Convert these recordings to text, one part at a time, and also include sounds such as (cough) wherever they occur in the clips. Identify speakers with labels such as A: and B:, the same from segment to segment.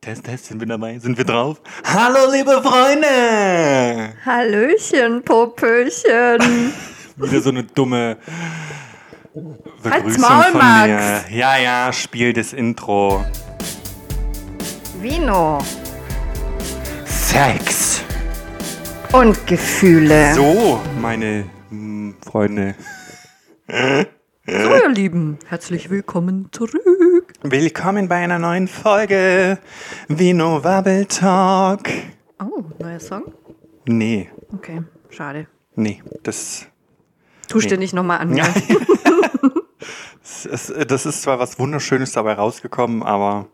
A: Test, Test, sind wir dabei? Sind wir drauf? Hallo, liebe Freunde!
B: Hallöchen, Popöchen.
A: Wieder so eine dumme Begrüßung
B: Maul,
A: von mir.
B: Max.
A: Ja, ja, spiel das Intro.
B: Vino
A: Sex.
B: und Gefühle. So,
A: So, meine mm, Freunde.
B: ihr Lieben, herzlich willkommen zurück.
A: Willkommen bei einer neuen Folge Vino Wabble Talk.
B: Oh, neuer Song?
A: Nee,
B: Okay, schade.
A: nee,
B: (laughs)
A: das
B: Tusch
A: Nee.
B: dir nicht nochmal (laughs) an. ne? gell?
A: Es ist, das ist zwar was Wunderschönes dabei rausgekommen, aber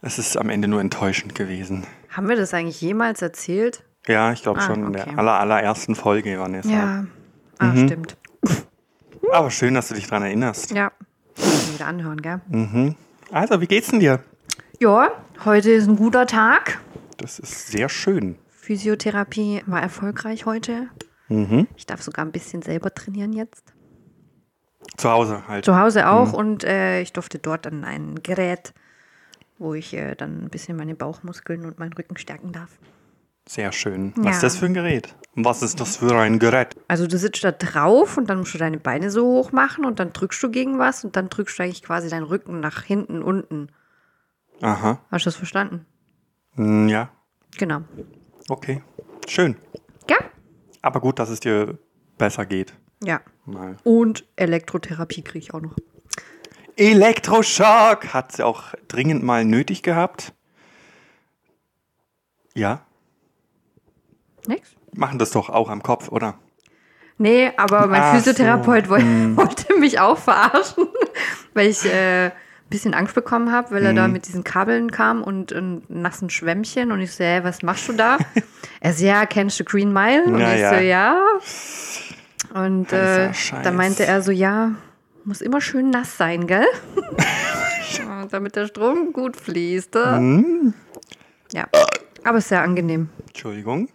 A: es ist am Ende nur enttäuschend gewesen.
B: Haben wir das eigentlich jemals erzählt?
A: Ja, ich glaube
B: Ah,
A: schon in
B: okay.
A: der aller, allerersten Folge, Vanessa.
B: Ah, stimmt.
A: Aber schön, dass du dich daran erinnerst.
B: Ja. Müssen wir Wieder anhören, gell?
A: Also, wie geht's denn dir?
B: Ja, heute ist ein guter Tag.
A: Das ist sehr schön.
B: Physiotherapie war erfolgreich heute. Ich darf sogar ein bisschen selber trainieren jetzt.
A: Zu Hause halt.
B: Zu Hause auch und äh, ich durfte dort an ein Gerät, wo ich äh, dann ein bisschen meine Bauchmuskeln und meinen Rücken stärken darf.
A: Sehr schön.
B: Ja.
A: Was ist das für ein Gerät? Was ist das für ein Gerät?
B: Also du sitzt da drauf und dann musst du deine Beine so hoch machen und dann drückst du gegen was und dann drückst du eigentlich quasi deinen Rücken nach hinten unten.
A: Aha.
B: Hast du das verstanden?
A: Hm, Ja,
B: Genau.
A: okay. Schön.
B: Ja?
A: Aber gut, dass es dir besser geht.
B: Ja.
A: Mal.
B: Und Elektrotherapie kriege ich auch noch.
A: Elektroschock hat sie auch dringend mal nötig gehabt. Ja,
B: Nix?
A: machen das doch auch am Kopf, oder?
B: Nee, aber mein
A: Ach
B: Physiotherapeut
A: so. Hm.
B: woll- (laughs) wollte mich auch verarschen, (laughs) weil ich äh, ein bisschen Angst bekommen habe, weil er
A: Hm.
B: da mit diesen Kabeln kam und einem nassen Schwämmchen und ich so, hey, was machst du da?
A: (laughs)
B: er so, ja, kennst du Green Mile? Und
A: Ja,
B: ich
A: ja.
B: so, ja. Und äh,
A: Heißer Scheiß.
B: dann meinte er so, ja, muss immer schön nass
A: (laughs)
B: sein, gell? Und Damit der Strom gut fließt. äh.
A: Hm.
B: Ja, aber ist sehr angenehm.
A: Entschuldigung.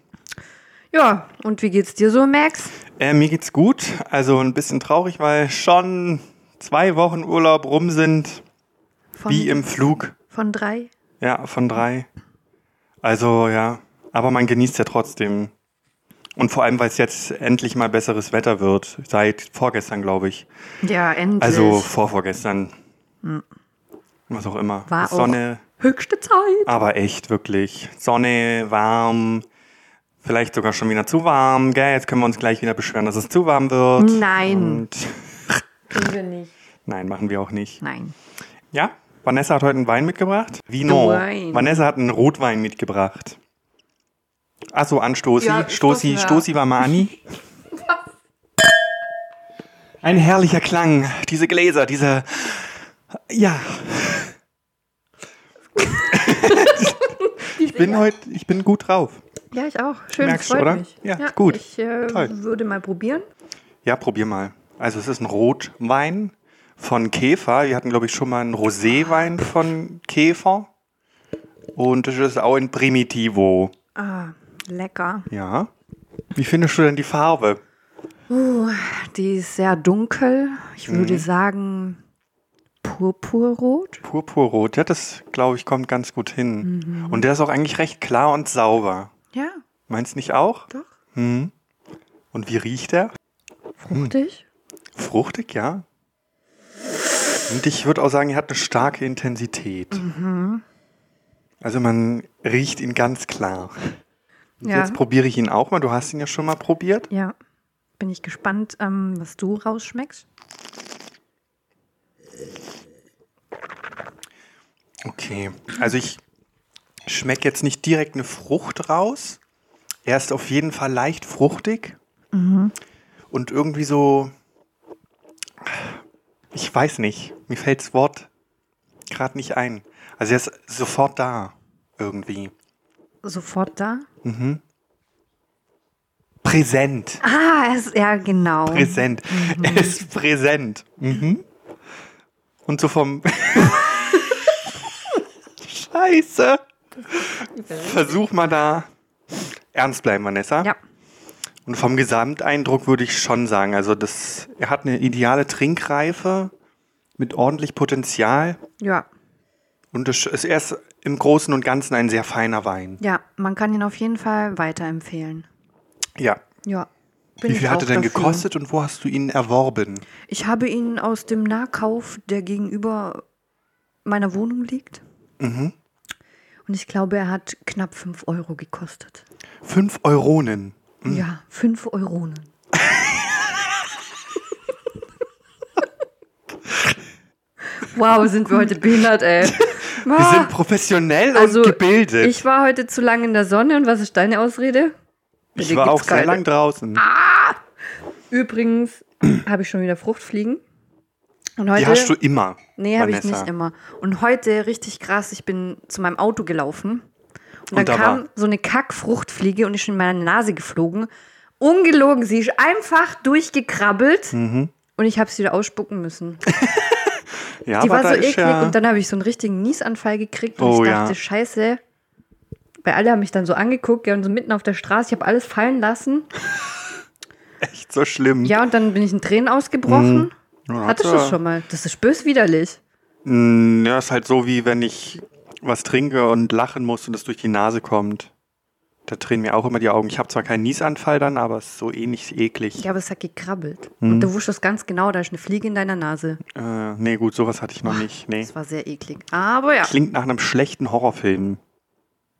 B: Ja, und wie geht's dir so, Max?
A: Äh, mir geht's gut, also ein bisschen traurig, weil schon zwei Wochen Urlaub rum sind,
B: Von,
A: wie im Flug.
B: von drei?
A: Ja, von drei. Also ja, aber man genießt ja trotzdem. Und vor allem, weil es jetzt endlich mal besseres Wetter wird, seit vorgestern, glaube ich.
B: Ja, endlich.
A: Also vorvorgestern. Was auch immer.
B: Hm. War
A: Sonne,
B: auch höchste Zeit.
A: aber echt wirklich. Sonne, warm, vielleicht sogar schon wieder zu warm. Gell? Jetzt können wir uns gleich wieder beschweren, dass es zu warm wird.
B: Nein.
A: Und
B: Tun wir nicht.
A: nein, machen wir auch nicht.
B: Nein.
A: Ja, Vanessa hat heute einen Wein mitgebracht. Vino.
B: Wein.
A: Vanessa hat einen Rotwein mitgebracht. Achso, an Stosi.
B: Ja,
A: Stosi,
B: stoßen wir.
A: Stosi war mal Ani. Ein herrlicher Klang. Diese Gläser, diese. Ja. ich bin heute, ich bin gut drauf.
B: Ja, ich auch. Schön,
A: Merkst du,
B: freut
A: oder?
B: mich.
A: Ja, gut.
B: Ich äh,
A: Toll.
B: würde mal probieren.
A: Ja, probier mal. Also es ist ein Rotwein von Käfer. Wir hatten, glaube ich, schon mal einen Roséwein von Käfer. Und das ist auch ein Primitivo.
B: Ah, lecker.
A: Ja. Wie findest du denn die Farbe?
B: Die ist sehr dunkel. Ich
A: Mhm.
B: würde sagen purpurrot.
A: Purpurrot. Ja, das, glaube ich, kommt ganz gut hin. Und der ist auch eigentlich recht klar und sauber.
B: Ja,
A: Meinst nicht auch?
B: doch.
A: Mhm. Und wie riecht der?
B: Fruchtig.
A: Fruchtig, ja. Und ich würde auch sagen, er hat eine starke Intensität. Also man riecht ihn ganz klar. Und
B: Ja.
A: Jetzt probiere ich ihn auch mal. Du hast ihn ja schon mal probiert.
B: Ja. Bin ich gespannt, ähm, was du rausschmeckst.
A: Okay. Also ich schmecke jetzt nicht direkt eine Frucht raus. Er ist auf jeden Fall leicht fruchtig. Und irgendwie so. Ich weiß nicht. Mir fällt das Wort gerade nicht ein. Also er ist sofort da. Irgendwie.
B: Sofort da.
A: Präsent.
B: Ah, es, ja, genau.
A: Präsent. Er ist präsent. Mhm. Und so vom. Scheiße. Versuch mal da ernst bleiben, Vanessa.
B: Ja.
A: Und vom Gesamteindruck würde ich schon sagen, also das, er hat eine ideale Trinkreife mit ordentlich Potenzial
B: Ja.
A: Und es ist erst im Großen und Ganzen ein sehr feiner Wein.
B: Ja, man kann ihn auf jeden Fall weiterempfehlen.
A: Ja.
B: Ja. bin
A: Wie
B: ich
A: viel hat
B: auch
A: er denn
B: dafür.
A: gekostet und wo hast du ihn erworben?
B: Ich habe ihn aus dem Nahkauf, der gegenüber meiner Wohnung liegt.
A: Mhm.
B: Und ich glaube, er hat knapp 5 Euro gekostet.
A: Fünf Euronen.
B: Ja, 5
A: (laughs)
B: Euronen. wow, sind wir heute behindert, ey. (laughs)
A: Wir
B: Ah,
A: sind professionell
B: also,
A: und gebildet.
B: ich war heute zu lange in der Sonne und was ist deine Ausrede?
A: Ich
B: Bitte
A: war
B: gibt's
A: auch sehr
B: keine.
A: lang draußen.
B: Übrigens (clears throat) habe ich schon wieder Fruchtfliegen. Und heute,
A: Die hast du immer.
B: Nee, habe ich
A: Vanessa.
B: nicht immer. Und heute richtig krass, ich bin zu meinem Auto gelaufen und,
A: Und
B: dann
A: da
B: kam
A: war-
B: so eine Kackfruchtfliege und ist in meine Nase geflogen. Ungelogen, sie ist einfach durchgekrabbelt
A: Mhm.
B: und ich habe sie wieder ausspucken müssen.
A: Ja, (laughs)
B: Die
A: aber
B: war
A: da
B: so
A: ist
B: eklig
A: ja,
B: und dann habe ich so einen richtigen Niesanfall gekriegt und
A: Oh,
B: ich
A: ja.
B: dachte, scheiße. Weil alle haben mich dann so angeguckt, ja, und so mitten auf der Straße, ich habe alles fallen lassen.
A: echt so schlimm.
B: Ja, und dann bin ich in Tränen ausgebrochen.
A: (laughs) Ja,
B: Hattest du
A: hat's
B: das
A: ja.
B: schon mal? Das ist bös widerlich.
A: Mm, Ja, ist halt so, wie wenn ich was trinke und lachen muss und es durch die Nase kommt. Da drehen mir auch immer die Augen. Ich habe zwar keinen Niesanfall dann, aber es ist so ähnlich eklig.
B: Ja, aber es hat gekrabbelt. Und du wusstest ganz genau, da ist eine Fliege in deiner Nase.
A: Äh, nee, gut, sowas hatte ich noch nicht. Nee.
B: Das war sehr eklig. Aber ja,
A: Klingt nach einem schlechten Horrorfilm.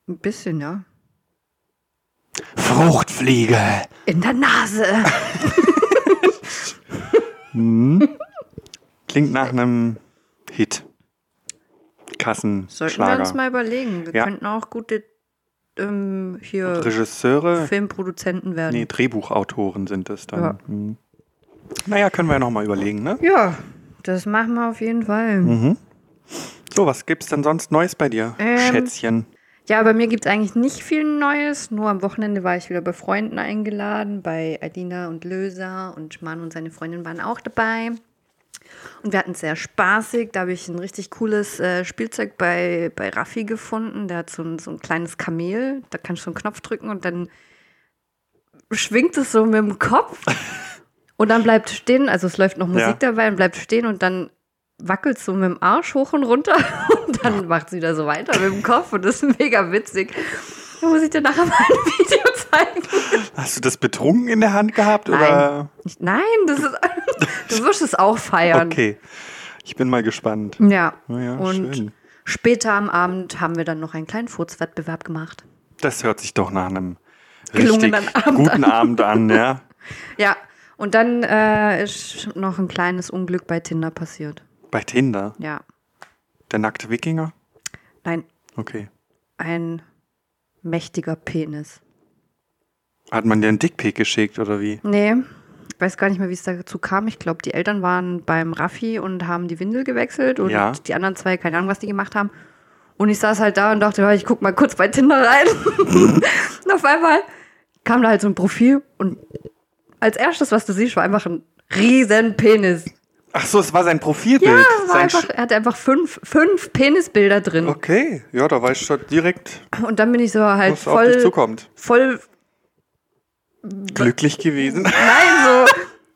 B: ein bisschen, ja.
A: Fruchtfliege.
B: In der Nase.
A: Klingt nach einem Hit.
B: Sollten wir uns
A: Kassenschlager.
B: mal überlegen. Wir
A: Ja.
B: könnten auch gute ähm, hier
A: Regisseure,
B: Filmproduzenten werden.
A: nee, Drehbuchautoren sind es dann.
B: Ja.
A: Hm. Naja, können wir ja nochmal überlegen, ne?
B: Ja, das machen wir auf jeden Fall.
A: So, was gibt's denn sonst Neues bei dir,
B: Ähm,
A: Schätzchen?
B: Ja, bei mir gibt es eigentlich nicht viel Neues. Nur am Wochenende war ich wieder bei Freunden eingeladen, bei Adina und Löser und Manu und seine Freundin waren auch dabei. Und wir hatten es sehr spaßig. Da habe ich ein richtig cooles äh, Spielzeug bei, bei Raffi gefunden. Der hat so ein, so ein kleines Kamel. Da kannst du einen Knopf drücken und dann schwingt es so mit dem Kopf. und dann bleibt stehen. Also es läuft noch Musik
A: Ja.
B: dabei und bleibt stehen und dann wackelt so mit dem Arsch hoch und runter (laughs) und dann macht sie wieder so weiter mit dem Kopf und das ist mega witzig. Da muss ich dir nachher mal ein (laughs) Video zeigen.
A: Hast du das betrunken in der Hand gehabt?
B: Nein,
A: Oder?
B: Ich- nein das ist, du wirst es auch feiern.
A: Okay. Ich bin mal gespannt.
B: Ja.
A: Na ja,
B: und
A: schön.
B: später am Abend haben wir dann noch einen kleinen Furzwettbewerb gemacht.
A: Das hört sich doch nach einem richtig
B: Gelungenen Abend
A: guten Abend an, ja.
B: Ja, und dann äh, ist noch ein kleines Unglück bei Tinder passiert.
A: Bei Tinder.
B: Ja,
A: Der nackte Wikinger?
B: nein,
A: Okay.
B: ein mächtiger Penis.
A: Hat man dir einen Dickpick geschickt oder wie?
B: Nee, ich weiß gar nicht mehr, wie es dazu kam. Ich glaube, die Eltern waren beim Raffi und haben die Windel gewechselt und
A: Ja.
B: die anderen zwei, keine Ahnung, was die gemacht haben. Und ich saß halt da und dachte, ja, ich guck mal kurz bei Tinder rein. (laughs) und auf einmal kam da halt so ein Profil und als erstes, was du siehst, war einfach ein riesen Penis.
A: Ach so, es war sein Profilbild.
B: Ja, es war
A: sein
B: einfach,
A: Sch-
B: er hatte einfach fünf, fünf Penisbilder drin.
A: Okay, ja, da weißt du direkt,
B: Und dann bin ich so halt
A: was Oh. auf dich
B: voll,
A: zukommt.
B: voll
A: Glücklich gewesen. (laughs)
B: Nein,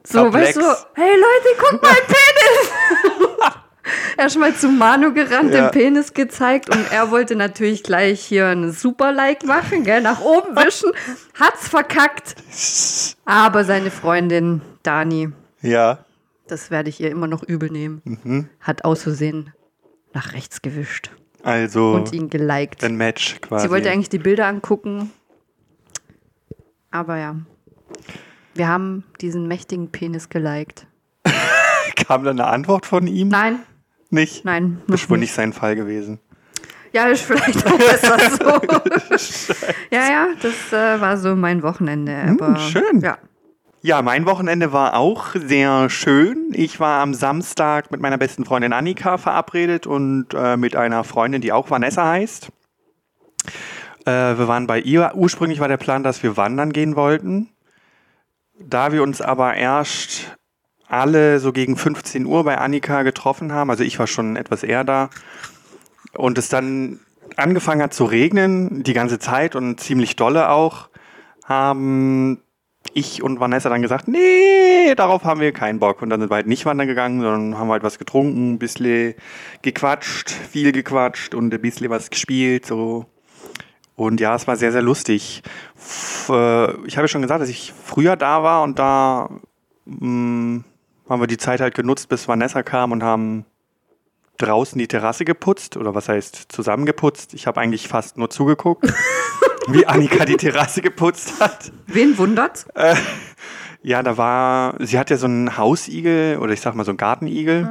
B: so, so
A: Perplex.
B: weißt du, hey Leute, guck mal, (laughs) Penis! (laughs) Erstmal zu Manu gerannt,
A: Ja.
B: den Penis gezeigt und er wollte natürlich gleich hier einen Super-Like machen, gell, nach oben wischen, hat's verkackt. Aber seine Freundin Dani,
A: ja.
B: das werde ich ihr immer noch übel nehmen, hat aus Versehen nach rechts gewischt
A: Also
B: und ihn geliked.
A: ein Match quasi.
B: Sie wollte eigentlich die Bilder angucken. Aber ja. Wir haben diesen mächtigen Penis geliked.
A: Kam dann eine Antwort von ihm?
B: Nein,
A: Nicht?
B: nein.
A: Das ist
B: noch
A: wohl nicht sein Fall gewesen.
B: Ja, ist vielleicht
A: (laughs)
B: auch besser so. ja, ja, das äh, war so mein Wochenende. Aber,
A: Mm, schön.
B: Ja.
A: Ja, mein Wochenende war auch sehr schön. Ich war am Samstag mit meiner besten Freundin Annika verabredet und äh, mit einer Freundin, die auch Vanessa heißt. Äh, wir waren bei ihr. Ursprünglich war der Plan, dass wir wandern gehen wollten. Da wir uns aber erst alle so gegen 15 Uhr bei Annika getroffen haben, also ich war schon etwas eher da, und es dann angefangen hat zu regnen, die ganze Zeit und ziemlich dolle auch, haben ich und Vanessa dann gesagt, nee, nee, darauf haben wir keinen Bock. Und dann sind wir halt nicht wandern gegangen, sondern haben halt was getrunken, ein bisschen gequatscht, viel gequatscht und ein bisschen was gespielt, so. Und ja, es war sehr, sehr lustig. F äh, ich habe ja schon gesagt, dass ich früher da war und da mh, haben wir die Zeit halt genutzt, bis Vanessa kam und haben draußen die Terrasse geputzt oder was heißt zusammengeputzt. Ich habe eigentlich fast nur zugeguckt, wie Annika die Terrasse geputzt hat.
B: Wen wundert's?
A: Äh, ja, da war, sie hat ja so einen Hausigel oder ich sag mal so einen Gartenigel.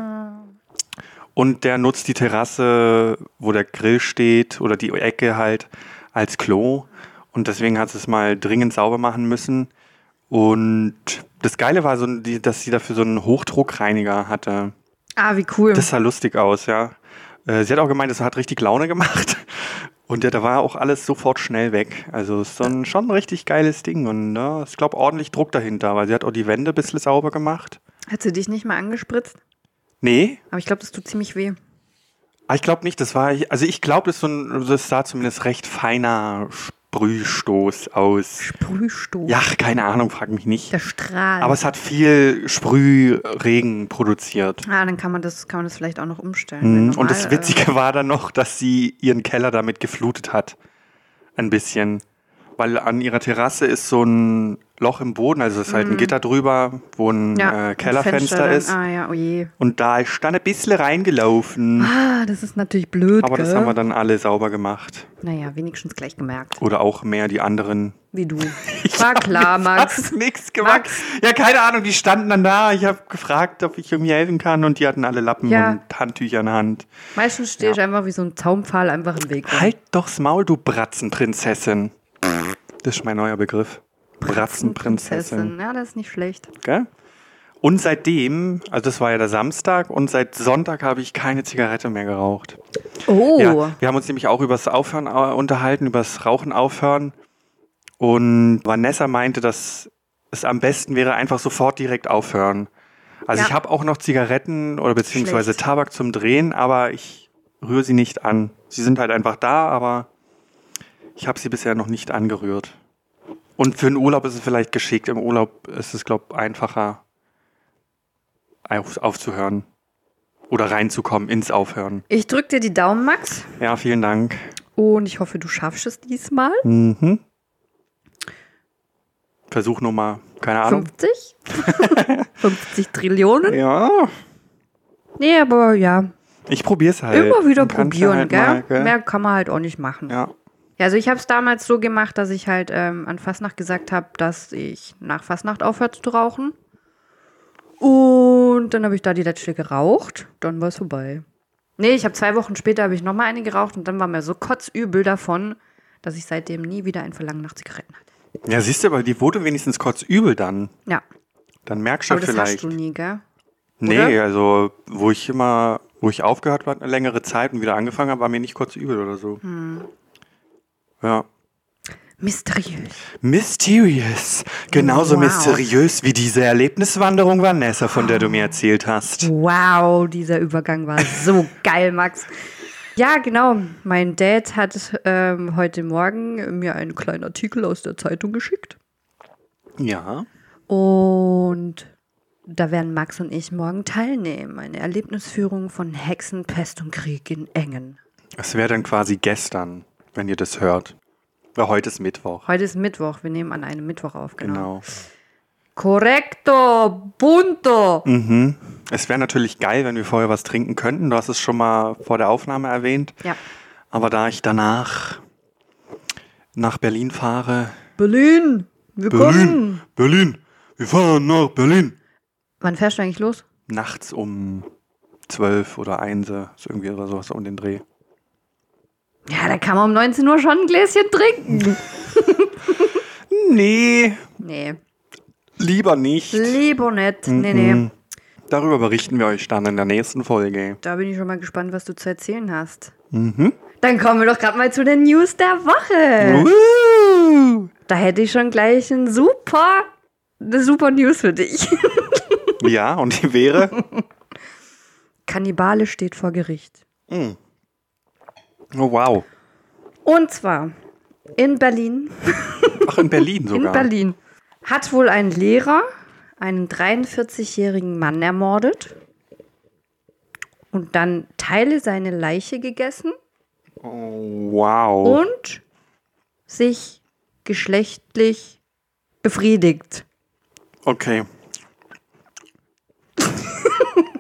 A: Und der nutzt die Terrasse, wo der Grill steht oder die Ecke halt als Klo. Und deswegen hat sie es mal dringend sauber machen müssen. Und das Geile war, so, die- dass sie dafür so einen Hochdruckreiniger hatte.
B: Ah, wie cool.
A: Das sah lustig aus, ja. Äh, Sie hat auch gemeint, es hat richtig Laune gemacht. (laughs) Und ja, da war auch alles sofort schnell weg. Also es ist so ein, schon ein richtig geiles Ding. Und ja, ich glaube, ordentlich Druck dahinter, weil sie hat auch die Wände ein bisschen sauber gemacht.
B: Hat sie dich nicht mal angespritzt?
A: Nee,
B: Aber ich glaube, das tut ziemlich weh.
A: ah, ich glaube nicht. Das war, also ich glaube, das, ist so ein- das sah zumindest recht feiner Sprühstoß aus.
B: Brühstoß.
A: Ja, keine Ahnung, frag mich nicht.
B: Der Strahl.
A: Aber es hat viel Sprühregen produziert.
B: ah, dann kann man das, kann man das vielleicht auch noch umstellen.
A: Mhm.
B: Wenn äh,
A: Und
B: normal,
A: das Witzige war dann noch, dass sie ihren Keller damit geflutet hat. Ein bisschen. Weil an ihrer Terrasse ist so ein Loch im Boden, also es ist halt ein Gitter drüber, wo ein
B: äh,
A: äh,
B: Mhm. ein
A: Kellerfenster
B: dann.
A: ist.
B: Ah ja, oh je.
A: Und da ist dann ein bisschen reingelaufen.
B: Ah, das ist natürlich blöd,
A: Aber das
B: gell?
A: haben wir dann alle sauber gemacht.
B: Naja, wenigstens gleich gemerkt.
A: Oder auch mehr die anderen. (laughs)
B: Wie du. War klar, Max.
A: Fast nichts gemacht.
B: Max.
A: Ja, keine Ahnung, die standen dann da. Ich habe gefragt, ob ich irgendwie helfen kann. Und die hatten alle Lappen
B: Ja.
A: und Handtücher in der Hand.
B: Meistens stehe ich einfach wie so ein Zaumpfahl einfach im Weg.
A: Halt doch's Maul, du Bratzenprinzessin. Das ist mein neuer Begriff. Bratzenprinzessin.
B: Ja, das ist nicht schlecht.
A: Gell? Und seitdem, also das war ja der Samstag, und seit Sonntag habe ich keine Zigarette mehr geraucht.
B: Oh.
A: Ja, wir haben uns nämlich auch übers Aufhören äh, unterhalten, übers Rauchen aufhören. Und Vanessa meinte, dass es am besten wäre, einfach sofort direkt aufhören. Also
B: Ja.
A: ich habe auch noch Zigaretten oder beziehungsweise
B: Schlecht.
A: Tabak zum Drehen, aber ich rühre sie nicht an. Sie sind halt einfach da, aber ich habe sie bisher noch nicht angerührt. Und für den Urlaub ist es vielleicht geschickt. Im Urlaub ist es, glaube ich, einfacher auf, aufzuhören oder reinzukommen ins Aufhören.
B: Ich drücke dir die Daumen, Max.
A: Ja, vielen Dank.
B: Und ich hoffe, du schaffst es diesmal.
A: Mhm. Versuch Nummer, keine Ahnung. (laughs)
B: 50? 50 Trillionen?
A: Ja.
B: Nee, aber ja.
A: Ich probier's halt.
B: Immer wieder
A: Kannst du
B: probieren,
A: halt
B: gell?
A: mal, gell?
B: Mehr kann man halt auch nicht machen.
A: Ja.
B: Ja, also ich habe es damals so gemacht, dass ich halt ähm, an Fastnacht gesagt habe, dass ich nach Fastnacht aufhört zu rauchen. Und dann habe ich da die letzte geraucht, dann war es vorbei. Nee, ich habe zwei Wochen später habe ich nochmal eine geraucht und dann war mir so kotzübel davon, dass ich seitdem nie wieder ein Verlangen nach Zigaretten hatte.
A: ja, siehst du, aber die wurde wenigstens kurz übel dann.
B: Ja,
A: Dann merkst du
B: aber das
A: vielleicht.
B: hast du nie, gell?
A: nee,
B: oder?
A: also wo ich immer, wo ich aufgehört war eine längere Zeit und wieder angefangen habe, war mir nicht kurz übel oder so.
B: Hm.
A: Ja.
B: Mysteriös.
A: Mysterious. Genauso
B: Wow.
A: mysteriös wie diese Erlebniswanderung Vanessa, von der du mir erzählt hast.
B: Wow, dieser Übergang war so (laughs) geil, Max. Ja, genau. Mein Dad hat ähm, heute Morgen mir einen kleinen Artikel aus der Zeitung geschickt.
A: Ja.
B: Und da werden Max und ich morgen teilnehmen. Eine Erlebnisführung von Hexen, Pest und Krieg in Engen.
A: Es wäre dann quasi gestern, wenn ihr das hört. Weil heute ist Mittwoch.
B: Heute ist Mittwoch. Wir nehmen an einem Mittwoch auf, genau.
A: Genau.
B: Korrekto, punto.
A: Mhm. Es wäre natürlich geil, wenn wir vorher was trinken könnten. Du hast es schon mal vor der Aufnahme erwähnt.
B: Ja.
A: Aber da ich danach nach Berlin fahre.
B: Berlin, wir kommen.
A: Berlin! Wir fahren nach Berlin!
B: Wann fährst du eigentlich los?
A: Nachts um zwölf oder eins, so irgendwie oder sowas um den Dreh.
B: Ja, da kann man um 19 Uhr schon ein Gläschen trinken.
A: Nee,
B: Nee,
A: lieber nicht.
B: lieber nicht. Nee, nee.
A: Darüber berichten wir euch dann in der nächsten Folge.
B: Da bin ich schon mal gespannt, was du zu erzählen hast.
A: Mhm.
B: Dann kommen wir doch gerade mal zu den News der Woche.
A: Woo!
B: Da hätte ich schon gleich ein super, eine super News für dich.
A: Ja, und die wäre.
B: (laughs) Kannibale steht vor Gericht.
A: Mm. Oh, wow.
B: Und zwar in Berlin.
A: Ach, in Berlin sogar.
B: In Berlin hat wohl ein Lehrer einen 43-jährigen Mann ermordet und dann Teile seiner Leiche gegessen
A: Wow.
B: und sich geschlechtlich befriedigt.
A: Okay.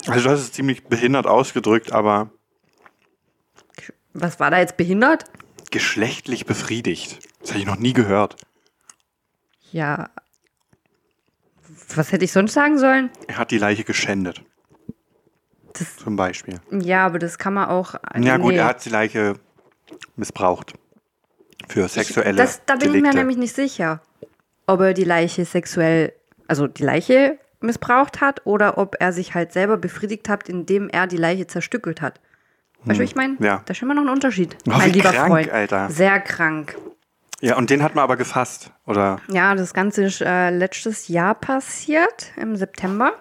A: Also das ist ziemlich behindert ausgedrückt, aber
B: Was war da jetzt behindert?
A: geschlechtlich befriedigt. Das habe ich noch nie gehört.
B: Ja. Was hätte ich sonst sagen sollen?
A: Er hat die Leiche geschändet.
B: Das-
A: Zum Beispiel.
B: Ja, aber das kann man auch. äh,
A: Ja gut,
B: nee.
A: er hat die Leiche missbraucht. Für sexuelle
B: Das, da bin
A: Delikte.
B: ich mir nämlich nicht sicher, ob er die Leiche sexuell, also die Leiche missbraucht hat oder ob er sich halt selber befriedigt hat, indem er die Leiche zerstückelt hat. Weißt du, wie ich meine?
A: Hm, ja.
B: Da ist immer noch ein Unterschied.
A: Oh,
B: mein
A: wie
B: lieber
A: krank,
B: Freund.
A: Alter.
B: Sehr krank.
A: Ja, und den hat man aber gefasst, oder?
B: Ja, das Ganze ist äh, letztes Jahr passiert, im September.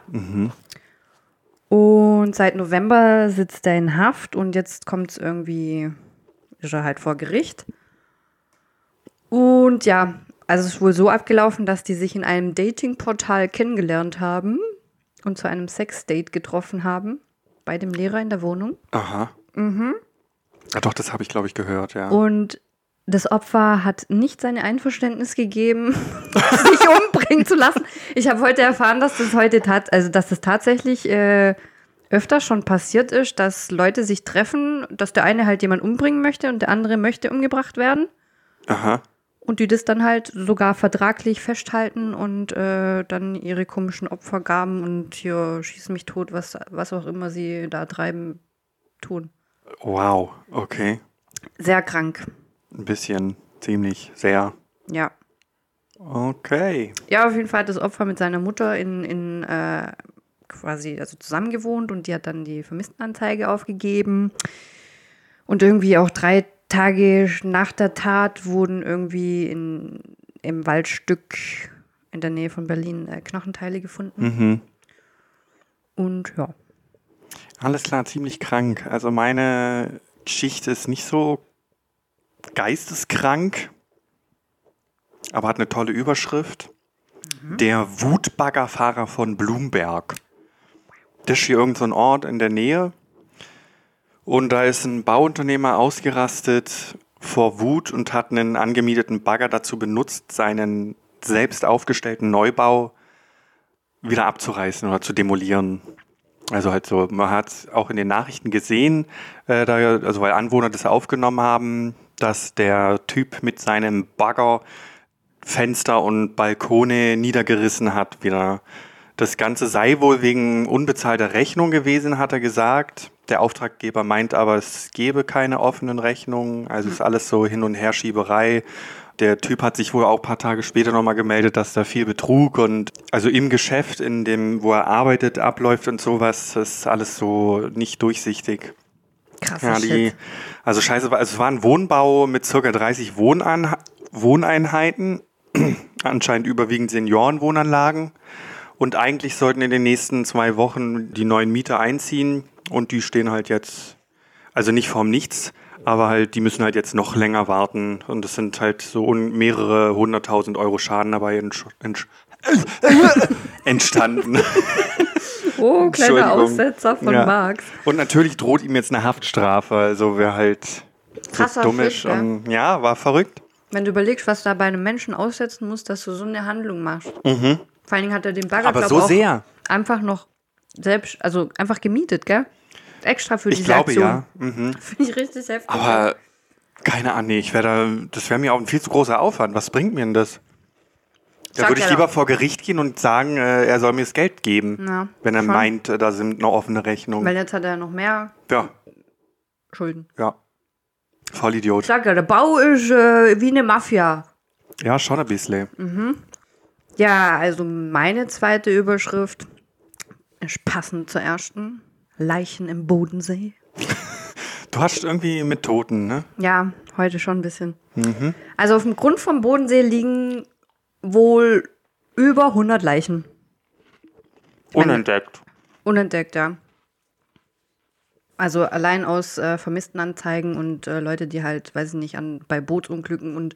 B: Und seit November sitzt er in Haft und jetzt kommt es irgendwie, ist er halt vor Gericht. Und ja, also es ist wohl so abgelaufen, dass die sich in einem Datingportal kennengelernt haben und zu einem Sexdate getroffen haben bei dem Lehrer in der Wohnung.
A: Aha. Mhm. Ja, doch, das habe ich, glaube ich, gehört, ja.
B: Und das Opfer hat nicht sein Einverständnis gegeben, (laughs) sich umbringen zu lassen. Ich habe heute erfahren, dass das heute tat, also dass das tatsächlich äh, öfter schon passiert ist, dass Leute sich treffen, dass der eine halt jemand umbringen möchte und der andere möchte umgebracht werden
A: Aha.
B: und die das dann halt sogar vertraglich festhalten und äh, dann ihre komischen Opfergaben und hier schieß mich tot, was was auch immer sie da treiben tun.
A: Wow, okay.
B: Sehr krank.
A: Ein bisschen, ziemlich, sehr.
B: Ja.
A: Okay.
B: Ja, auf jeden Fall hat das Opfer mit seiner Mutter in, in äh, quasi also zusammengewohnt und die hat dann die Vermisstenanzeige aufgegeben. Und irgendwie auch drei Tage nach der Tat wurden irgendwie in, im Waldstück in der Nähe von Berlin äh, Knochenteile gefunden.
A: Mhm.
B: Und ja.
A: Alles klar, ziemlich krank. Also meine Geschichte ist nicht so geisteskrank, aber hat eine tolle Überschrift. Der Wutbaggerfahrer von Blumberg. Das ist hier irgendein so ein Ort in der Nähe. Und da ist ein Bauunternehmer ausgerastet vor Wut und hat einen angemieteten Bagger dazu benutzt, seinen selbst aufgestellten Neubau wieder abzureißen oder zu demolieren. Also halt so, man hat auch in den Nachrichten gesehen, äh, da, ja- also weil Anwohner das aufgenommen haben, dass der Typ mit seinem Bagger Fenster und Balkone niedergerissen hat wieder. Das Ganze sei wohl wegen unbezahlter Rechnung gewesen, hat er gesagt. Der Auftraggeber meint aber, es gebe keine offenen Rechnungen. Also ist alles so Hin- und Herschieberei. Der Typ hat sich wohl auch ein paar Tage später nochmal gemeldet, dass da viel Betrug und also im Geschäft, in dem, wo er arbeitet, abläuft und sowas, das ist alles so nicht durchsichtig.
B: Krasser
A: Ja, die,
B: Shit.
A: also scheiße, war- also es war ein Wohnbau mit circa 30 Wohnan Wohneinheiten, (clears throat) anscheinend überwiegend Seniorenwohnanlagen. Und eigentlich sollten in den nächsten zwei Wochen die neuen Mieter einziehen und die stehen halt jetzt, also nicht vorm Nichts, aber halt, die müssen halt jetzt noch länger warten und es sind halt so un- mehrere hunderttausend Euro Schaden dabei entsch entsch (laughs) entstanden.
B: Oh, kleiner
A: Entschuldigung.
B: Aussetzer von
A: Ja.
B: Marx.
A: Und natürlich droht ihm jetzt eine Haftstrafe. Also wer halt
B: Krasser
A: so dumm
B: Shit,
A: ist.
B: ja.
A: Und, ja, war verrückt.
B: Wenn du überlegst, was du da bei einem Menschen aussetzen musst, dass du so eine Handlung machst.
A: Mhm.
B: Vor allen Dingen hat er den Bagger
A: Aber
B: glaub,
A: so
B: auch
A: sehr.
B: einfach noch selbst, also einfach gemietet, gell? Extra für
A: Ich
B: diese
A: glaube
B: Aktion.
A: ja. Mhm.
B: Finde ich richtig heftig.
A: Aber keine Ahnung, nee, ich wär da, das wäre mir auch ein viel zu großer Aufwand. Was bringt mir denn das? Da
B: Sag
A: würde ich
B: ja
A: lieber
B: doch.
A: vor Gericht gehen und sagen, äh, er soll mir das Geld geben,
B: Ja,
A: wenn er
B: schon.
A: meint, äh, da sind eine offene Rechnung.
B: Weil jetzt hat er noch mehr
A: Ja,
B: Schulden.
A: ja. Voll
B: Ich
A: Idiot.
B: sag ja, der Bau ist äh, wie eine Mafia.
A: Ja, schon ein bisschen.
B: Mhm. Ja, also meine zweite Überschrift ist passend zur ersten. Leichen im Bodensee.
A: Du hast irgendwie mit Toten, ne?
B: Ja, heute schon ein bisschen.
A: Mhm.
B: Also auf dem Grund vom Bodensee liegen wohl über 100 Leichen. meine-
A: Unentdeckt.
B: Unentdeckt, ja. Also allein aus äh, Vermisstenanzeigen und äh, Leute, die halt, weiß ich nicht, an, bei Bootsunglücken und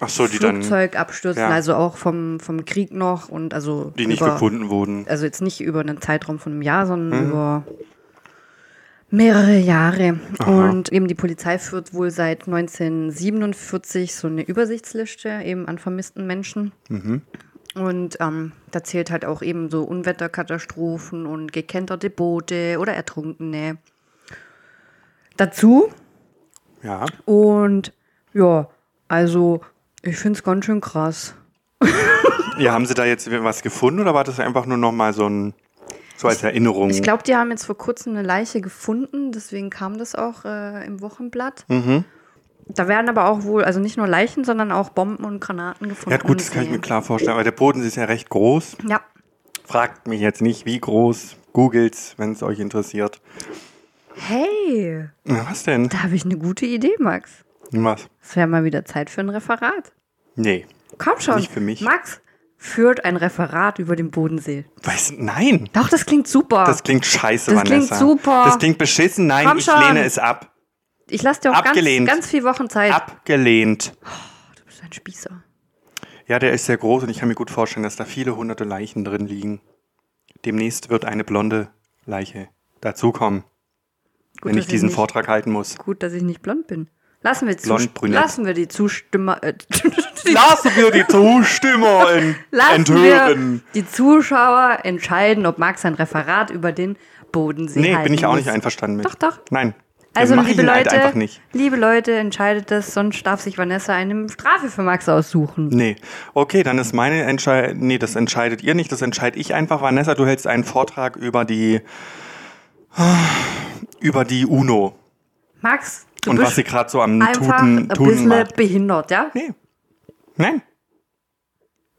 A: Ach so, die dann-
B: Flugzeugabstürzen,
A: ja.
B: also auch vom, vom Krieg noch und also.
A: die nicht
B: über,
A: gefunden wurden.
B: Also jetzt nicht über einen Zeitraum von einem Jahr, sondern über mehrere Jahre. Und eben die Polizei führt wohl seit 1947 so eine Übersichtsliste eben an vermissten Menschen. Und ähm, da zählt halt auch eben so Unwetterkatastrophen und gekenterte Boote oder Ertrunkene dazu.
A: Ja.
B: Und ja, also ich finde es ganz schön krass.
A: ja, haben sie da jetzt was gefunden oder war das einfach nur nochmal so ein, so als Erinnerung?
B: Ich glaube, die haben jetzt vor kurzem eine Leiche gefunden, deswegen kam das auch äh, im Wochenblatt.
A: Mhm.
B: Da werden aber auch wohl, also nicht nur Leichen, sondern auch Bomben und Granaten gefunden.
A: Ja, gut, das kann ich mir klar vorstellen. Aber der Boden ist ja recht groß.
B: Ja,
A: Fragt mich jetzt nicht, wie groß. Googles, wenn es euch interessiert.
B: hey,
A: Na, was denn?
B: da habe ich eine gute Idee, Max.
A: Was?
B: Es wäre mal wieder Zeit für ein Referat.
A: Nee.
B: Komm schon.
A: Nicht für mich.
B: Max führt ein Referat über den Bodensee.
A: Weiß, nein.
B: Doch, das klingt super.
A: Das klingt scheiße,
B: Ah. Das klingt
A: Vanessa.
B: super.
A: Das klingt beschissen. Nein,
B: Komm
A: ich
B: schon.
A: lehne es ab.
B: ich lasse dir auch ganz,
A: Abgelehnt.
B: ganz viel Wochen Zeit.
A: Abgelehnt.
B: Du bist ein Spießer.
A: Ja, der ist sehr groß und ich kann mir gut vorstellen, dass da viele hunderte Leichen drin liegen. Demnächst wird eine blonde Leiche dazukommen,
B: Gut,
A: wenn
B: dass
A: ich diesen
B: nicht,
A: Vortrag halten muss.
B: Gut, dass ich nicht blond bin. Lassen wir, zu,
A: Blond, brünett.
B: lassen wir die Zustimmer. Äh, (laughs) die,
A: Lassen wir die
B: (laughs)
A: Zustimmung
B: lassen
A: enthören.
B: wir die Zuschauer entscheiden, ob Max ein Referat über den Bodensee
A: Nee,
B: halten
A: bin ich auch
B: muss.
A: nicht einverstanden mit.
B: Doch, doch.
A: Nein. Dann
B: Also,
A: mach
B: liebe
A: ich ihn halt
B: Leute,
A: einfach nicht.
B: liebe Leute, entscheidet das, sonst darf sich Vanessa eine Strafe für Max aussuchen.
A: Nee. Okay, dann ist meine Entscheidung. Nee, das entscheidet ihr nicht, das entscheide ich einfach. Vanessa, du hältst einen Vortrag über die. (sighs) über die UNO.
B: Max, du
A: und was
B: bist
A: sie gerade so am
B: einfach
A: Tuten,
B: ein
A: Tun
B: bisschen
A: macht.
B: behindert, ja?
A: Nee. Nein. (laughs)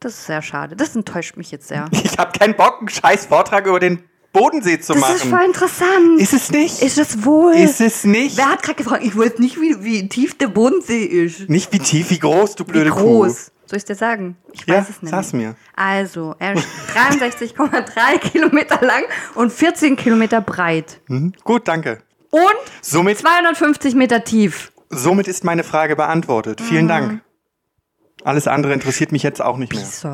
B: Das ist sehr schade. Das enttäuscht mich jetzt sehr.
A: Ich habe keinen Bock, einen scheiß Vortrag über den Bodensee zu
B: Das
A: machen.
B: ist voll interessant.
A: Ist es nicht?
B: Ist das wohl?
A: Ist es nicht?
B: Wer hat gerade gefragt? Ich weiß nicht, wie, wie tief der Bodensee ist.
A: Nicht wie tief, wie groß, du blöde
B: wie groß? Soll ich dir sagen? Ich
A: Ja,
B: weiß es nämlich.
A: sag's mir.
B: Also, er ist (laughs) 63,3 Kilometer lang und 14 Kilometer breit.
A: Kuh. Mhm. Gut, danke.
B: Und
A: Somit,
B: 250 Meter tief.
A: somit ist meine Frage beantwortet. Vielen Dank. Alles andere interessiert mich jetzt auch nicht mehr.
B: So.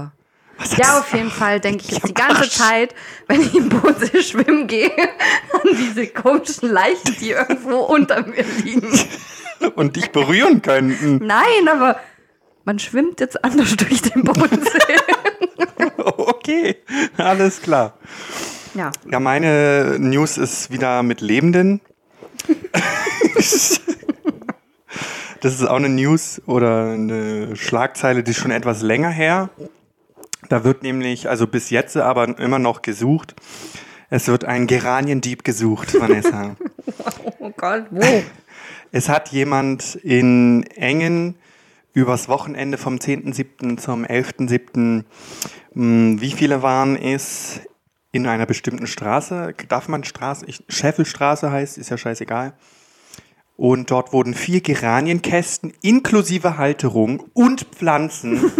A: Was hat
B: Ja,
A: das-
B: auf jeden Fall denke ich jetzt die
A: am Arsch.
B: ganze Zeit, wenn ich im Bodensee (laughs) schwimmen gehe, an diese komischen Leichen, die irgendwo (laughs) unter mir liegen.
A: Und dich berühren könnten.
B: Nein, aber man schwimmt jetzt anders durch
A: (laughs)
B: den Bodensee.
A: (laughs) Okay, alles klar.
B: ja.
A: Ja, meine News ist wieder mit (laughs) Lebenden. das ist auch eine News oder eine Schlagzeile, die ist schon etwas länger her. Da wird nämlich, also bis jetzt aber immer noch gesucht. Es wird ein Geraniendieb gesucht, (laughs) Vanessa.
B: Oh Gott, wo?
A: es hat jemand in Engen übers Wochenende vom 10.7. zum 11.7. mh, wie viele waren es in einer bestimmten Straße? Darf man Straße? Ich, Scheffelstraße heißt, ist ja scheißegal. Und dort wurden vier Geranienkästen inklusive Halterung und Pflanzen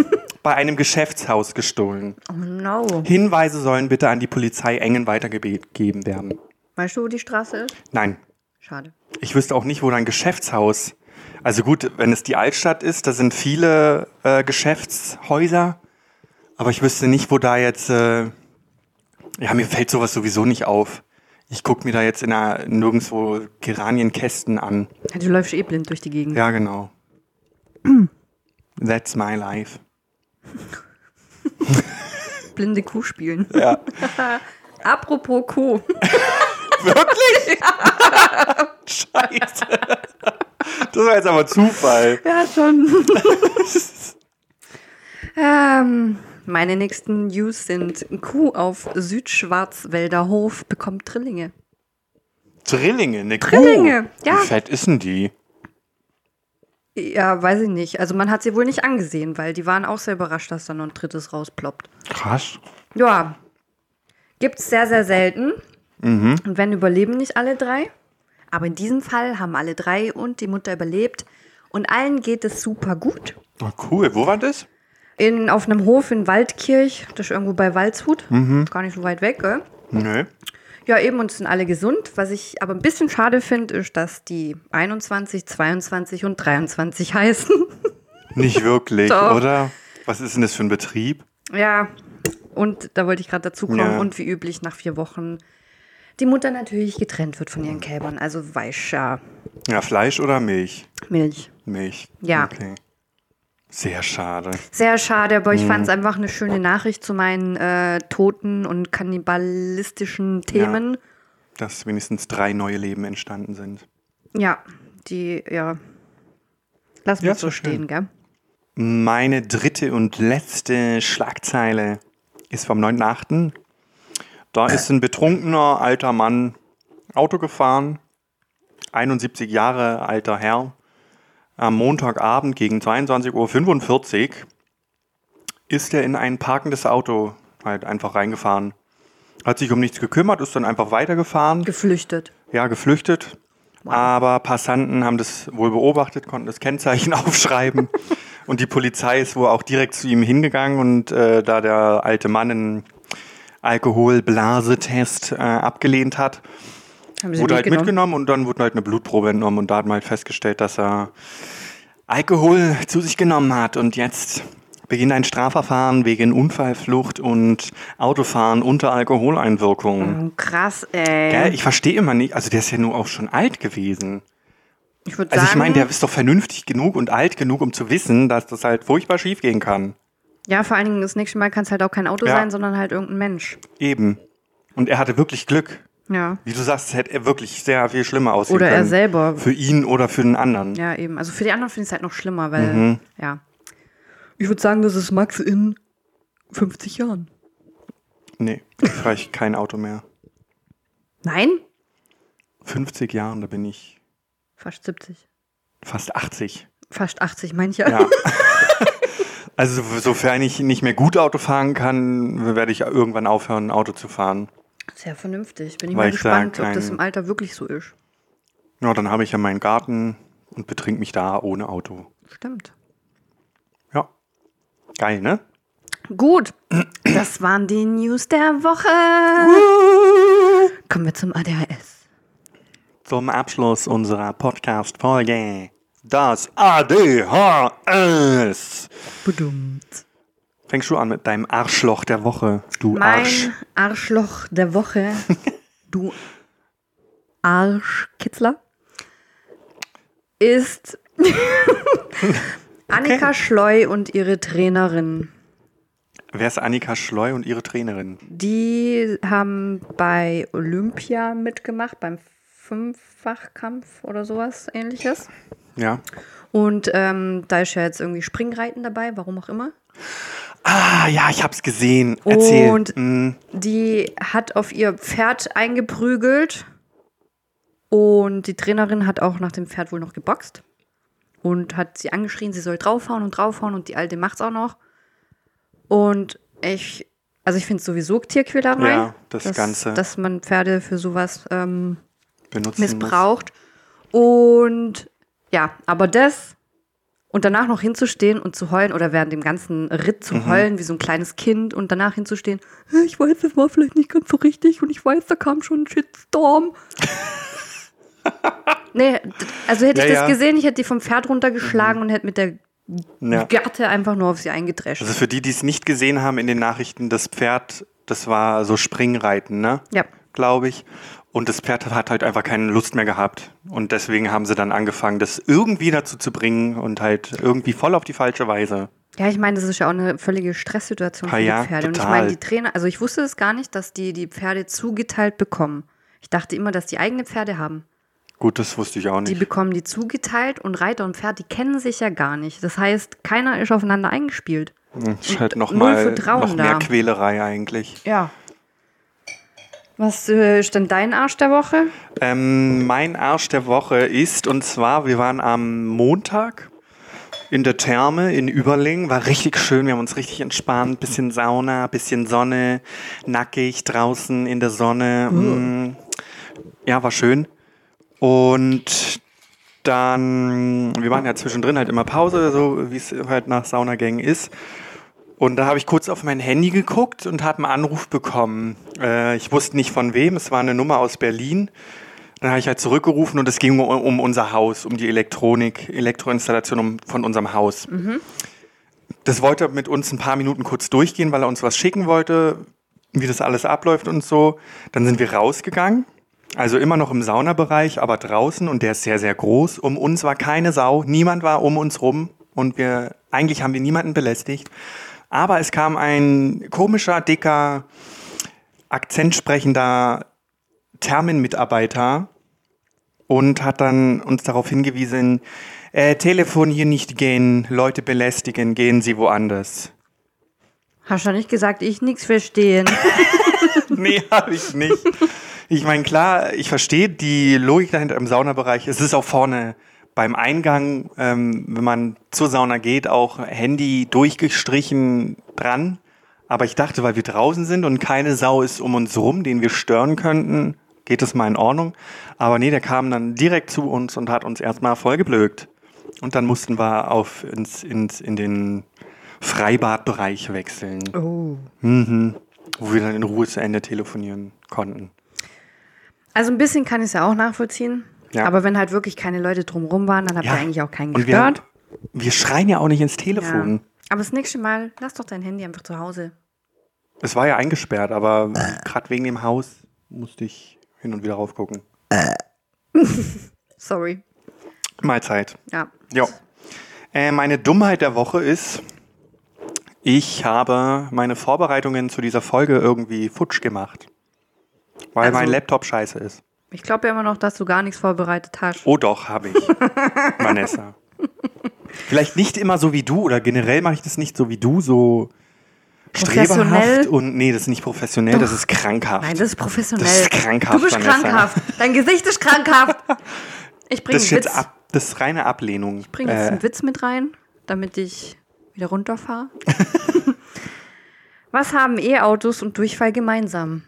A: bei einem Geschäftshaus gestohlen.
B: Oh no.
A: Hinweise sollen bitte an die Polizei Engen weitergegeben werden.
B: Weißt du, wo die Straße ist?
A: Nein,
B: Schade.
A: ich wüsste auch nicht, wo dein Geschäftshaus. Also gut, wenn es die Altstadt ist, da sind viele äh, Geschäftshäuser. Aber ich wüsste nicht, wo da jetzt. Äh, ja, mir fällt sowas sowieso nicht auf. Ich gucke mir da jetzt in einer, nirgendwo Geranienkästen an.
B: Du läufst eh blind durch die Gegend.
A: Ja, genau. (clears throat) That's my
B: (laughs)
A: life.
B: Blinde Kuh spielen.
A: Ja.
B: (laughs) Apropos Kuh.
A: Wirklich? (laughs) Scheiße. Das war jetzt aber Zufall.
B: Ja, schon. (laughs) ähm, meine nächsten News sind Kuh auf Südschwarzwälder Hof bekommt Drillinge.
A: Drillinge, eine Kuh.
B: Drillinge, ja.
A: Wie fett ist denn die?
B: Ja, weiß ich nicht. Also man hat sie wohl nicht angesehen, weil die waren auch sehr überrascht, dass da noch ein drittes rausploppt.
A: Krass.
B: Ja. Gibt's sehr, sehr selten. Und wenn überleben nicht alle drei. Aber in diesem Fall haben alle drei und die Mutter überlebt. Und allen geht es super gut.
A: Oh, cool. Wo war das?
B: In, auf einem Hof in Waldkirch, das ist irgendwo bei Waldshut, gar nicht so weit weg, gell?
A: Nö.
B: Ja, eben, und sind alle gesund. Was ich aber ein bisschen schade finde, ist, dass die 21, 22 und 23 (laughs) heißen.
A: Nicht wirklich,
B: Doch.
A: oder? Was ist denn das für ein Betrieb?
B: Ja, und da wollte ich gerade dazu kommen.
A: Ja.
B: Und wie üblich nach vier Wochen die Mutter natürlich getrennt wird von ihren Kälbern. Also weicher
A: Ja, Fleisch oder Milch?
B: Milch.
A: Milch.
B: Ja.
A: Okay. Sehr schade.
B: Sehr schade, aber
A: Mhm.
B: ich fand es einfach eine schöne Nachricht zu meinen äh, toten und kannibalistischen Themen.
A: Dass wenigstens drei neue Leben entstanden sind.
B: Ja, die, ja. Lass mich
A: Ja, ist
B: so
A: doch schön.
B: stehen, gell?
A: Meine dritte und letzte Schlagzeile ist vom 9.8. Da ist ein betrunkener alter Mann Auto gefahren, 71 Jahre alter Herr. Am Montagabend gegen 22.45 Uhr ist er in ein parkendes Auto halt einfach reingefahren. Hat sich um nichts gekümmert, ist dann einfach weitergefahren
B: Geflüchtet.
A: ja, geflüchtet. Aber Passanten haben das wohl beobachtet, konnten das Kennzeichen (laughs) aufschreiben. und die Polizei ist wohl auch direkt zu ihm hingegangen. Und äh, da der alte Mann einen Alkoholblasetest äh, abgelehnt hat,
B: Haben sie
A: wurde halt
B: mitgenommen?
A: mitgenommen und dann wurde halt eine Blutprobe entnommen. Und da hat man halt festgestellt, dass er Alkohol zu sich genommen hat. Und jetzt beginnt ein Strafverfahren wegen Unfallflucht und Autofahren unter Alkoholeinwirkung.
B: Oh, Krass, ey.
A: Gell, ich verstehe immer nicht, also der ist ja nur auch schon alt gewesen.
B: Ich würde
A: Also
B: sagen,
A: ich meine, der ist doch vernünftig genug und alt genug, um zu wissen, dass das halt furchtbar schief gehen kann.
B: ja, vor allen Dingen das nächste Mal kann es halt auch kein Auto
A: Ja.
B: sein, sondern halt irgendein Mensch.
A: Eben. Und er hatte wirklich Glück.
B: Ja.
A: Wie du sagst, es hätte er wirklich sehr viel schlimmer aussehen
B: Oder
A: können.
B: er selber.
A: Für ihn oder für den anderen.
B: Ja, eben. Also für die anderen finde ich es halt noch schlimmer, weil, ja. Ich würde sagen, das ist Max in 50 Jahren.
A: Nee, da fahre ich kein Auto mehr.
B: Nein?
A: 50 Jahren, da bin ich
B: Fast 70.
A: fast 80.
B: Fast 80, meine ich ja.
A: Ja. also sofern ich nicht mehr gut Auto fahren kann, werde ich irgendwann aufhören, Auto zu fahren.
B: (laughs) Sehr vernünftig. Bin ich
A: Weil
B: mal
A: ich da
B: gespannt, ob das
A: kein-
B: im Alter wirklich so ist.
A: Ja, dann habe ich ja meinen Garten und betrink mich da ohne Auto.
B: Stimmt.
A: Ja. Geil, ne?
B: Gut, (clears throat) das waren die News der Woche. Kommen wir zum ADHS.
A: Zum Abschluss unserer Podcast-Folge. Das ADHS.
B: Bedummt.
A: Fängst du an mit deinem Arschloch der Woche, du
B: Mein
A: Arsch.
B: Arschloch
A: (laughs)
B: der Woche, du Arschkitzler,
A: (laughs)
B: ist Annika Schleu und ihre Trainerin.
A: Wer ist Annika Schleu und ihre Trainerin?
B: Die haben bei Olympia mitgemacht, beim Fünffachkampf oder sowas ähnliches.
A: Ja.
B: Und ähm, da ist ja jetzt irgendwie Springreiten dabei, warum auch immer.
A: Ah, ja, ich hab's gesehen. Erzähl.
B: Und-
A: Mm,
B: Die hat auf ihr Pferd eingeprügelt und die Trainerin hat auch nach dem Pferd wohl noch geboxt und hat sie angeschrien, sie soll draufhauen und draufhauen und die Alte macht's auch noch. Und ich, also ich finde sowieso Tierquälerei.
A: Ja, das
B: dass,
A: Ganze.
B: Dass man Pferde für sowas ähm,
A: benutzen muss.
B: missbraucht. Und ja, aber das und danach noch hinzustehen und zu heulen oder während dem ganzen Ritt
A: Mhm.
B: zu heulen wie so ein kleines Kind und danach hinzustehen, "Äh, ich weiß, das war vielleicht nicht ganz so richtig und ich weiß, da kam schon
A: (laughs)
B: ein Shitstorm. nee, d- also hätte ich
A: Ja,
B: das
A: ja. Mhm.
B: gesehen, ich hätte die vom Pferd runtergeschlagen und hätte mit der
A: Ja.
B: Gerte einfach nur auf sie eingedrescht.
A: Also für die, die es nicht gesehen haben in den Nachrichten, das Pferd, das war so Springreiten, ne?
B: Ja.
A: Glaube ich. Und das Pferd hat halt einfach keine Lust mehr gehabt. Und deswegen haben sie dann angefangen, das irgendwie dazu zu bringen und halt irgendwie voll auf die falsche Weise.
B: Ja, ich meine, das ist ja auch eine völlige Stresssituation
A: Ah
B: für die
A: ja,
B: Pferde. Und ich
A: total.
B: meine, die Trainer, also ich wusste es gar nicht, dass die die Pferde zugeteilt bekommen. Ich dachte immer, dass die eigene Pferde haben.
A: Gut, das wusste ich auch
B: Die
A: nicht.
B: bekommen die zugeteilt und Reiter und Pferd, die kennen sich ja gar nicht. Das heißt, keiner ist aufeinander eingespielt.
A: ist halt noch
B: null
A: mal
B: Vertrauen
A: noch mehr
B: da.
A: Quälerei eigentlich.
B: Ja. Was äh, ist denn dein Arsch der Woche?
A: Ähm, mein Arsch der Woche ist, und zwar, wir waren am Montag in der Therme in Überlingen. War richtig schön, wir haben uns richtig entspannt. Bisschen Sauna, bisschen Sonne, nackig draußen in der Sonne. Mm. Ja, war schön. Und dann, wir machen ja zwischendrin halt immer Pause, so wie es halt nach Saunagängen ist. Und da habe ich kurz auf mein Handy geguckt und habe einen Anruf bekommen. Äh, ich wusste nicht von wem, es war eine Nummer aus Berlin. Dann habe ich halt zurückgerufen und es ging um, um unser Haus, um die Elektronik, Elektroinstallation um, von unserem Haus. Das wollte er mit uns ein paar Minuten kurz durchgehen, weil er uns was schicken wollte, wie das alles abläuft und so. Dann sind wir rausgegangen, also immer noch im Saunabereich, aber draußen und der ist sehr, sehr groß. Um uns war keine Sau, niemand war um uns rum und wir, eigentlich haben wir niemanden belästigt. Aber es kam ein komischer, dicker, akzentsprechender Termin-Mitarbeiter und hat dann uns darauf hingewiesen, äh, Telefon hier nicht gehen, Leute belästigen, gehen Sie woanders.
B: Hast du nicht gesagt, ich nichts verstehen?
A: (laughs) nee, habe ich nicht. Ich meine, klar, ich verstehe die Logik dahinter im Saunabereich. Es ist auch vorne beim Eingang, ähm, wenn man zur Sauna geht, auch Handy durchgestrichen dran. Aber ich dachte, weil wir draußen sind und keine Sau ist um uns rum, den wir stören könnten, geht es mal in Ordnung. Aber nee, der kam dann direkt zu uns und hat uns erstmal vollgeblökt. Und dann mussten wir auf ins, ins, in den Freibadbereich wechseln,
B: (laughs) Oh.
A: wo wir dann in Ruhe zu Ende telefonieren konnten.
B: Also ein bisschen kann ich es ja auch nachvollziehen.
A: Ja.
B: Aber wenn halt wirklich keine Leute drumrum waren, dann habt ihr eigentlich auch keinen
A: Und wir,
B: gestört.
A: wir schreien ja auch nicht ins
B: Ja.
A: Telefon.
B: Aber das nächste Mal, lass doch dein Handy einfach zu Hause.
A: Es war ja eingesperrt, aber
B: Ah.
A: gerade wegen dem Haus musste ich hin und wieder raufgucken.
B: Sorry.
A: Mahlzeit.
B: Ja.
A: Ja. Äh, meine Dummheit der Woche ist, ich habe meine Vorbereitungen zu dieser Folge irgendwie futsch gemacht. Weil
B: Also-
A: mein Laptop scheiße ist.
B: Ich glaube ja immer noch, dass du gar nichts vorbereitet hast.
A: Oh doch,
B: (laughs)
A: habe ich. Vanessa. Vielleicht nicht immer so wie du oder generell mache ich das nicht so wie du, so
B: Professionell?
A: streberhaft und nee, das ist nicht professionell, das ist krankhaft.
B: Nein, das ist professionell.
A: Das ist krankhaft,
B: Du bist
A: Vanessa.
B: krankhaft. Dein Gesicht ist krankhaft. Ich bringe
A: das
B: einen
A: ist jetzt
B: Witz.
A: ab, das ist reine Ablehnung.
B: Ich bringe jetzt
A: Äh,
B: einen Witz mit rein, damit ich wieder
A: (laughs)
B: runterfahre. Was haben E-Autos und Durchfall gemeinsam?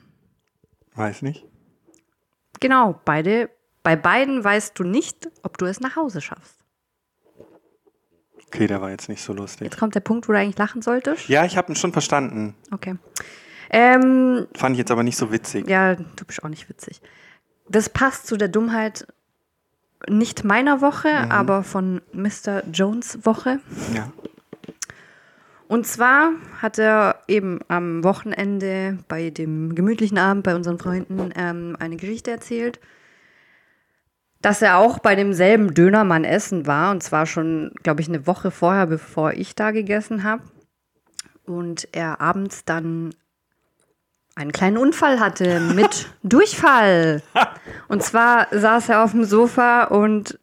A: Äh, weiß nicht.
B: Genau, beide, bei beiden weißt du nicht, ob du es nach Hause schaffst.
A: Okay, der war jetzt nicht so lustig.
B: Jetzt kommt der Punkt, wo du eigentlich lachen solltest.
A: Ja, ich habe ihn schon verstanden.
B: Okay. Ähm,
A: Fand ich jetzt aber nicht so witzig.
B: ja, du bist auch nicht witzig. Das passt zu der Dummheit nicht meiner Woche, aber von Mr. Jones Woche.
A: Ja.
B: Und zwar hat er eben am Wochenende bei dem gemütlichen Abend bei unseren Freunden ähm, eine Geschichte erzählt, dass er auch bei demselben Dönermann essen war. Und zwar schon, glaube ich, eine Woche vorher, bevor ich da gegessen habe. Und er abends dann einen kleinen Unfall hatte mit Durchfall. Und zwar saß er auf dem Sofa und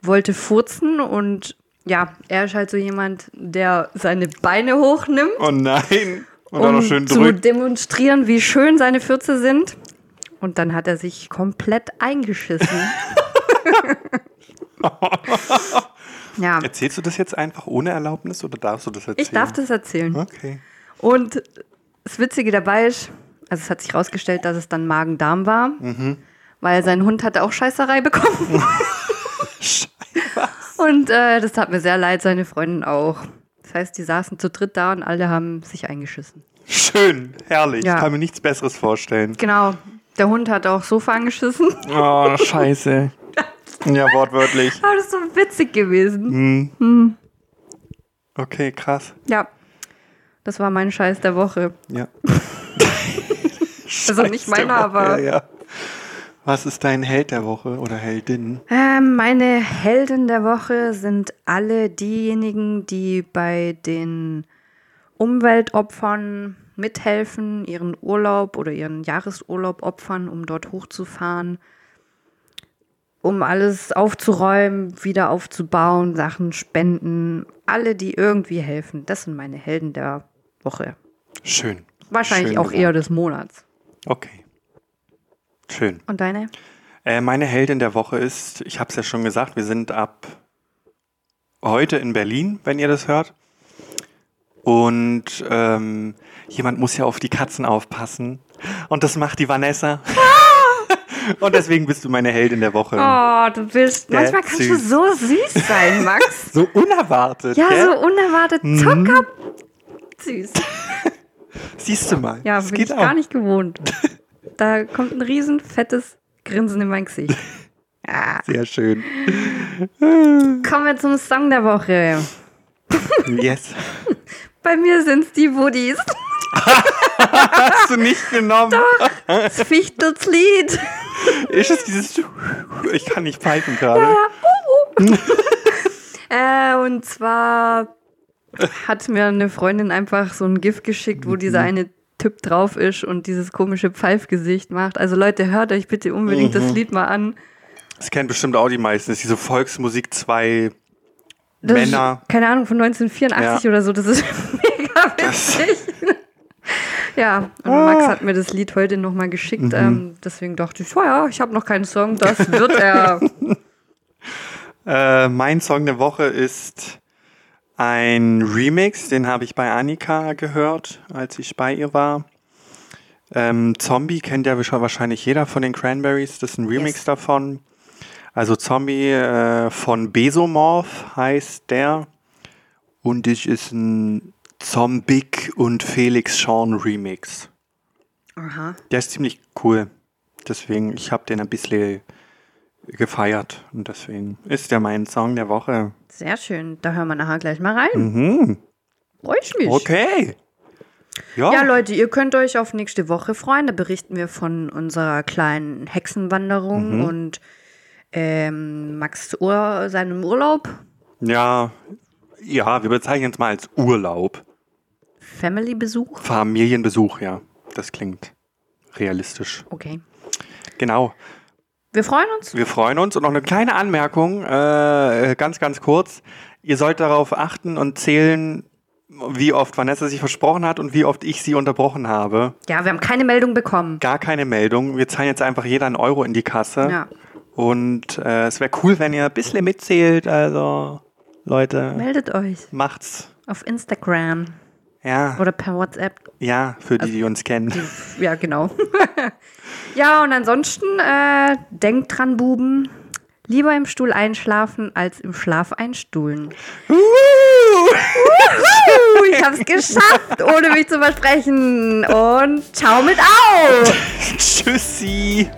B: wollte furzen und ja, er ist halt so jemand, der seine Beine hochnimmt,
A: Oh nein. Und auch
B: um
A: noch schön
B: zu
A: drückt.
B: demonstrieren, wie schön seine Fürze sind. Und dann hat er sich komplett
A: (laughs)
B: eingeschissen. ja,
A: Erzählst du das jetzt einfach ohne Erlaubnis oder darfst du das erzählen?
B: ich darf das erzählen.
A: Okay.
B: Und das Witzige dabei ist, also es hat sich herausgestellt, dass es dann Magen-Darm war, weil sein Hund hatte auch Scheißerei bekommen. und äh, das tat mir sehr leid, seine Freundin auch. Das heißt, die saßen zu dritt da und alle haben sich eingeschissen.
A: Schön, herrlich.
B: Ja.
A: Ich kann mir nichts Besseres vorstellen.
B: Genau, der Hund hat auch Sofa angeschissen.
A: Oh, scheiße. (laughs) ja, wortwörtlich.
B: Aber das ist so witzig gewesen.
A: Okay, krass.
B: Ja, das war mein Scheiß der Woche.
A: Ja.
B: (laughs) Also nicht
A: Scheiß
B: meiner,
A: der Woche,
B: aber-
A: Ja, ja. Was ist dein Held der Woche oder Heldin?
B: Ähm, meine Helden der Woche sind alle diejenigen, die bei den Umweltopfern mithelfen, ihren Urlaub oder ihren Jahresurlaub opfern, um dort hochzufahren, um alles aufzuräumen, wieder aufzubauen, Sachen spenden. Alle, die irgendwie helfen, das sind meine Helden der Woche.
A: Schön.
B: Wahrscheinlich
A: Schön
B: auch
A: gesagt.
B: eher des Monats.
A: Okay. Schön.
B: Und deine?
A: Äh, meine Heldin der Woche ist, ich habe es ja schon gesagt, wir sind ab heute in Berlin, wenn ihr das hört. Und ähm, jemand muss ja auf die Katzen aufpassen. Und das macht die Vanessa. (laughs) Und deswegen bist du meine Heldin der Woche.
B: Oh, du bist.
A: Der
B: manchmal kannst
A: süß.
B: du so süß sein, (laughs) Max.
A: So unerwartet.
B: Ja,
A: gell? Mhm.
B: so unerwartet Zucker. Süß.
A: Siehst du mal.
B: Ja,
A: das
B: bin ich
A: geht
B: gar
A: auch.
B: nicht gewohnt. Da kommt ein riesen fettes Grinsen in mein Gesicht. Ja.
A: Sehr schön.
B: Kommen wir zum Song der Woche.
A: Yes.
B: Bei mir sind es die Woodies.
A: Hast du nicht genommen?
B: Das Fichtels Lied.
A: Ist es dieses. Ich kann nicht pfeifen gerade.
B: Äh, und zwar hat mir eine Freundin einfach so ein GIF geschickt, wo
A: Mhm.
B: dieser eine Typ drauf ist und dieses komische Pfeifgesicht macht. Also Leute, hört euch bitte unbedingt
A: Mhm.
B: das Lied mal an.
A: Das kennen bestimmt auch die meisten. Das ist diese Volksmusik 2
B: Das
A: Männer.
B: Ist, keine Ahnung, von 1984
A: Ja.
B: oder so. Das ist (laughs) mega witzig. ja, und
A: Ah.
B: Max hat mir das Lied heute nochmal geschickt.
A: Mhm.
B: Ähm, deswegen dachte ich, oh ja, ich habe noch keinen Song. Das wird er.
A: (laughs) Äh, mein Song der Woche ist ein Remix, den habe ich bei Annika gehört, als ich bei ihr war. Ähm, Zombie kennt ja wahrscheinlich jeder von den Cranberries, das ist ein Remix
B: Yes.
A: davon. Also Zombie äh, von Besomorph heißt der. Und ich ist ein Zombik und Felix Sean Remix.
B: Aha.
A: Der ist ziemlich cool. Deswegen, ich habe den ein bisschen gefeiert. Und deswegen ist der mein Song der Woche.
B: Sehr schön. Da hören wir nachher gleich mal rein.
A: Mhm.
B: Freue ich mich.
A: Okay. Ja,
B: Ja, Leute, ihr könnt euch auf nächste Woche freuen. Da berichten wir von unserer kleinen Hexenwanderung
A: Mhm.
B: und ähm, Max Ur seinem Urlaub.
A: ja, ja, wir bezeichnen es mal als Urlaub.
B: Family-Besuch.
A: Familienbesuch, ja. Das klingt realistisch.
B: Okay.
A: Genau.
B: Wir freuen uns.
A: Wir freuen uns und noch eine kleine Anmerkung, äh, ganz, ganz kurz. Ihr sollt darauf achten und zählen, wie oft Vanessa sich versprochen hat und wie oft ich sie unterbrochen habe.
B: Ja, wir haben keine Meldung bekommen.
A: Gar keine Meldung. Wir zahlen jetzt einfach jeder einen Euro in die Kasse.
B: Ja.
A: Und äh, es wäre cool, wenn ihr ein bisschen mitzählt. Also, Leute,
B: Meldet euch
A: macht's.
B: auf Instagram
A: Ja,
B: oder per WhatsApp.
A: ja, für die, die uns kennen.
B: Ja, genau. (laughs) ja, und ansonsten äh, denkt dran, Buben. Lieber im Stuhl einschlafen als im Schlaf einstuhlen. Uh, ich hab's geschafft, ohne mich zu versprechen. Und ciao mit au!
A: (laughs) Tschüssi.